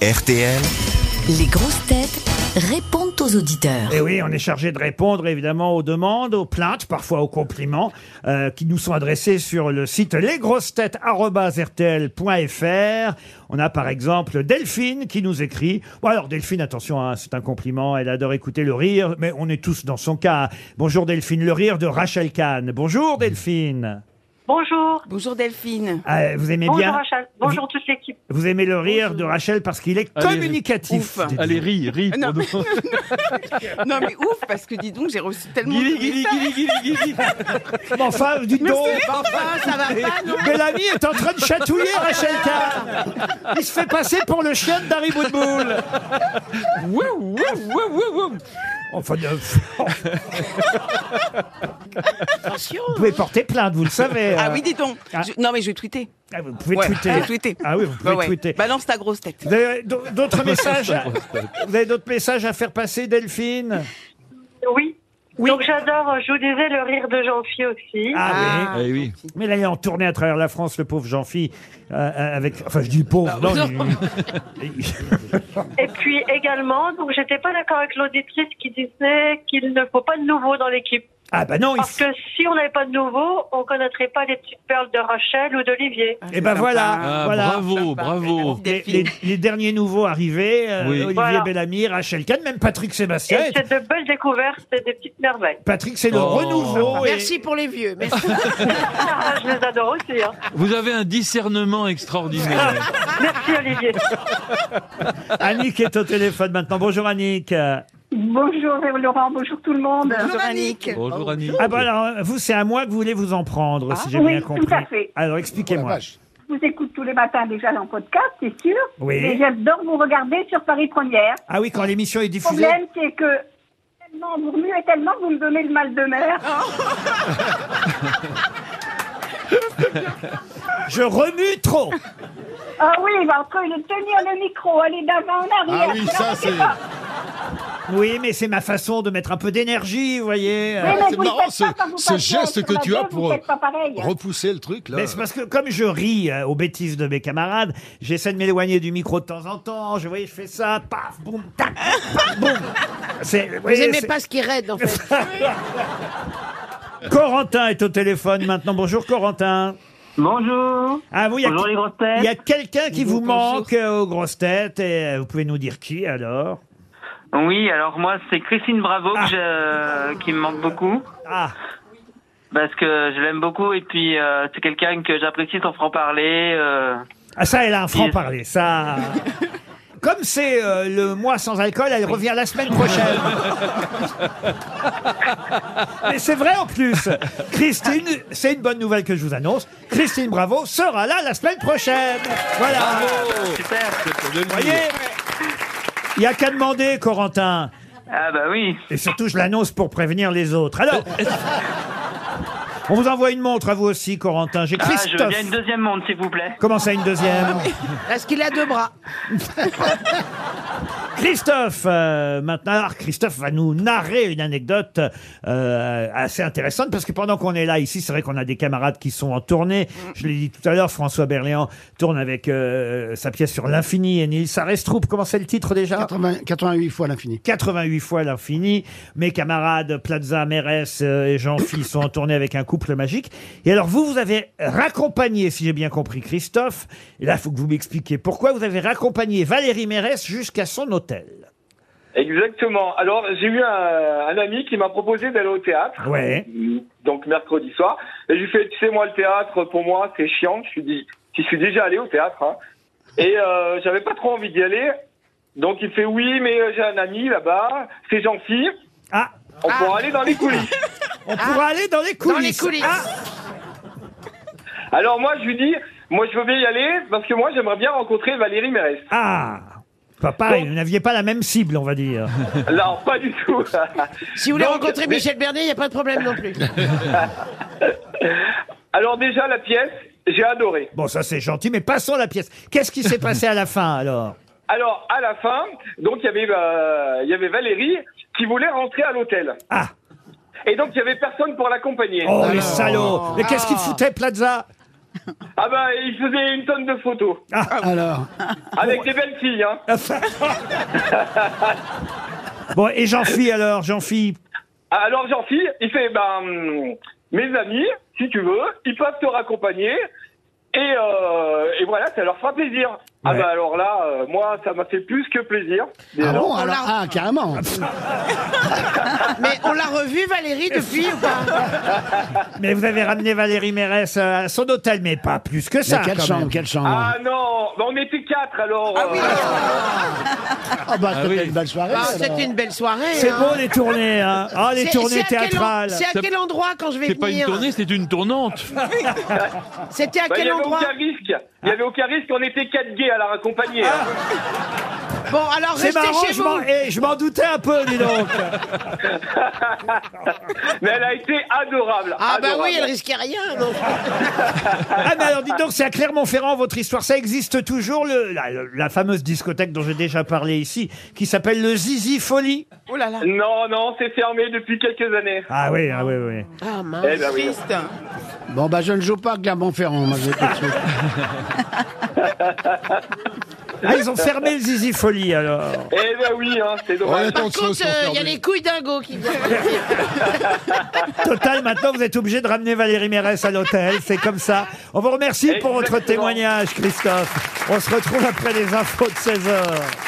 RTL, Les grosses têtes répondent aux auditeurs. Et Eh oui, on est chargé de répondre évidemment aux demandes, aux plaintes, parfois aux compliments euh, qui nous sont adressés sur le site lesgrossetêtes.rtl.fr. On a par exemple Delphine qui nous écrit. Bon alors Delphine, attention, hein, c'est un compliment, elle adore écouter le rire, mais on est tous dans son cas. Bonjour Delphine, le rire de Rachel Kahn. Bonjour Delphine. Bonjour. Bonjour Delphine. Ah, vous aimez Bonjour bien Rachel. Bonjour toute l'équipe. Vous aimez le rire de Rachel parce qu'il est Allez, communicatif. ouf. dites-vous. Allez, ris, ris. Non, pour nous. Non mais ouf parce que dis donc j'ai reçu tellement Guili, de guili, guili, guili, guili. Mais enfin, dites donc. Enfin, ça va pas non Mais l'ami est en train de chatouiller Rachel Kahn. Il se fait passer pour le chien de Darry Boudboul. Wouh, wouh, wouh, wouh, wouh. Enfin, de... Vous pouvez porter plainte, vous le savez. Ah euh. oui dis donc. Ah. Je- Non mais je vais tweeter. Ah, vous pouvez Ouais, tweeter. je vais tweeter. Ah oui, vous pouvez Bah ouais. tweeter. Balance ta grosse tête. Vous avez d- d'autres messages à- Vous avez d'autres messages à faire passer, Delphine Oui. Donc j'adore, euh, je vous disais, le rire de Jean-Phi aussi. Ah, oui. Eh oui. Mais là, il est en tournée à travers la France, le pauvre Jean-Phi, euh, avec... Enfin, je dis pauvre, non, il- Et puis également, donc j'étais pas d'accord avec l'auditrice qui disait qu'il ne faut pas de nouveau dans l'équipe. Ah bah non, il Parce que si on n'avait pas de nouveau, on connaîtrait pas les petites perles de Rachel ou d'Olivier. Et ben voilà. Ah, Voilà. Bravo, bravo. les, Delphine. les- les derniers nouveaux arrivés, euh, Oui. Olivier Voilà. Bellamy, Rachel Kahn, même Patrick Et Sébastien. c'est de belles découvertes, c'est des petites merveilles. Patrick, c'est le Oh. Ah, renouveau. et- Merci pour les vieux. Merci. Ah, je les adore aussi. hein. Vous avez un discernement extraordinaire. Ah. Merci Olivier. Annick est au téléphone maintenant. Bonjour Annick. Euh, Bonjour euh, Laurent, bonjour tout le monde. Bonjour Annick. Bonjour Annie. Ah bah alors, vous, c'est à moi que vous voulez vous en prendre, si j'ai Ah, oui, bien tout compris. à fait. Alors expliquez-moi. Je vous écoute tous les matins déjà dans le podcast, c'est sûr. Oui. Et j'adore vous regarder sur Paris Première. Ah oui, quand l'émission est Le diffusée. Oh. problème, c'est que tellement vous remuez, tellement vous me donnez le mal de mer. Ah. Je remue trop. Ah oui, bah, entre le tenir le micro, aller d'avant en arrière. Ah oui, ça, c'est- Oui, mais c'est ma façon de mettre un peu d'énergie, vous voyez. Mais euh. non, Ah, c'est vous le marrant, faites pas ce- quand vous ce passez geste sur que la tu as deux, pour- Vous faites pas pareil. Repousser le truc, là. Mais c'est parce que comme je ris euh, aux bêtises de mes camarades, j'essaie de m'éloigner du micro de temps en temps. Je vous voyez, je fais ça, paf, boum, tac, paf, boum. C'est- Vous voyez, aimez c'est- pas ce qui raide, en fait. Corentin est au téléphone maintenant. Bonjour Corentin. Bonjour. Ah oui, il y a- Bonjour les grosses il y a, têtes. quelqu'un qui vous Bonjour. manque euh, aux grosses têtes et euh, vous pouvez nous dire qui alors Oui, alors moi c'est Christine Bravo que je- euh, qui me manque beaucoup Ah, parce que je l'aime beaucoup et puis euh, c'est quelqu'un que j'apprécie son franc parler. euh. ah, ça elle a un franc parler, ça. Comme c'est euh, le mois sans alcool, elle revient la semaine prochaine. Mais c'est vrai en plus. Christine, c'est une bonne nouvelle que je vous annonce. Christine Bravo sera là la semaine prochaine. Voilà. super. Vous voyez Il n'y a qu'à demander, Corentin. Ah bah oui. Et surtout, je l'annonce pour prévenir les autres. Alors, on vous envoie une montre à vous aussi, Corentin. J'ai Ah, je veux Christophe. bien une deuxième montre s'il vous plaît. Comment ça, une deuxième Parce qu'il a deux bras. Christophe, euh, maintenant, alors, Christophe va nous narrer une anecdote euh, assez intéressante parce que pendant qu'on est là ici, c'est vrai qu'on a des camarades qui sont en tournée. Je l'ai dit tout à l'heure, François Berléand tourne avec euh, sa pièce sur l'infini et Nils Arestroup. Comment c'est le titre déjà 88 fois l'infini. 88 fois l'infini. Mes camarades Plaza, Mérès euh, et Jean-Phi sont en tournée avec un couple magique. Et alors vous, vous avez raccompagné, si j'ai bien compris Christophe, et là il faut que vous m'expliquiez pourquoi, vous avez raccompagné Valérie Mérès jusqu'à son hôtel. Exactement. Alors j'ai eu un, ami qui m'a proposé d'aller au théâtre. Ouais. Donc mercredi soir. Et je lui fais, tu sais moi le théâtre pour moi c'est chiant. Je suis dit, je suis déjà allé au théâtre. hein. Et euh, j'avais pas trop envie d'y aller. Donc il fait oui, mais euh, j'ai un ami là-bas, c'est gentil, Ah, on pourra aller dans les coulisses. on pourra aller dans les coulisses. Ah. Dans les coulisses. Ah, Alors moi je lui dis, moi je veux bien y aller parce que moi j'aimerais bien rencontrer Valérie Mérès. ah. Pas pareil, vous n'aviez pas la même cible, on va dire. Non, pas du tout. Si vous voulez Donc, rencontrer mais- Michel Bernier, il n'y a pas de problème non plus. Alors déjà la pièce, j'ai adoré. Bon, ça c'est gentil, mais passons la pièce. Qu'est-ce qui s'est passé à la fin alors Alors à la fin, donc il y avait euh, il y avait Valérie qui voulait rentrer à l'hôtel. Ah, Oh. Et donc il y avait personne pour l'accompagner. Ah. oh les salauds Mais qu'est-ce qu'il foutait Plaza Ah bah, il faisait une tonne de photos. Ah. Alors, Avec des belles filles, hein. Bon, et Jean-Phi alors, Jean-Phi Alors, Jean-Phil, il fait, ben, hum, mes amis, si tu veux, ils peuvent te raccompagner. Et, euh, et voilà, ça leur fera plaisir. Ah Ouais. bah alors là, euh, moi, ça m'a fait plus que plaisir. ah Déjà. bon, alors, ah, carrément. Mais on l'a revu, Valérie, depuis ou pas Mais vous avez ramené Valérie Mérès euh, à son hôtel, mais pas plus que ça. Mais quelle quand chambre, même. quelle chambre. Ah non, bah, on était quatre alors. euh, Ah bah, Ah c'était oui. une belle soirée. Bah, alors. C'était une belle soirée. C'est hein. beau les tournées, hein. Ah, les C'est- tournées c'est à quel en- théâtrales. C'est à quel endroit quand je vais C'est pas une venir tournée, c'est une tournante. C'était à bah, il n'y quel avait endroit aucun risque. Il n'y avait aucun risque, on était quatre gays à la raccompagner. Ah. hein. Bon, alors C'est restez marrant, chez je vous. m'en- eh, je m'en doutais un peu, dis donc. Mais elle a été adorable. Ah bah adorable. oui, elle risquait rien. non. Ah, mais alors, dites donc, c'est à Clermont-Ferrand, votre histoire. Ça existe toujours, le, la, la fameuse discothèque dont j'ai déjà parlé ici, qui s'appelle le Zizi Folie. Oh là là. Non, non, c'est fermé depuis quelques années. Ah oui, ah oui, oui. Ah mince. Eh ben oui. Triste. Bon, bah, je ne joue pas à Clermont-Ferrand, moi, je vais tout de suite. Ah, ils ont fermé le Zizi Folie, alors. Eh ben oui, hein, c'est dommage. Par contre, il y a les couilles dingo qui viennent. Total, maintenant, vous êtes obligé de ramener Valérie Mérès à l'hôtel. C'est comme ça. On vous remercie pour votre Exactement. témoignage, Christophe. On se retrouve après les infos de 16 heures.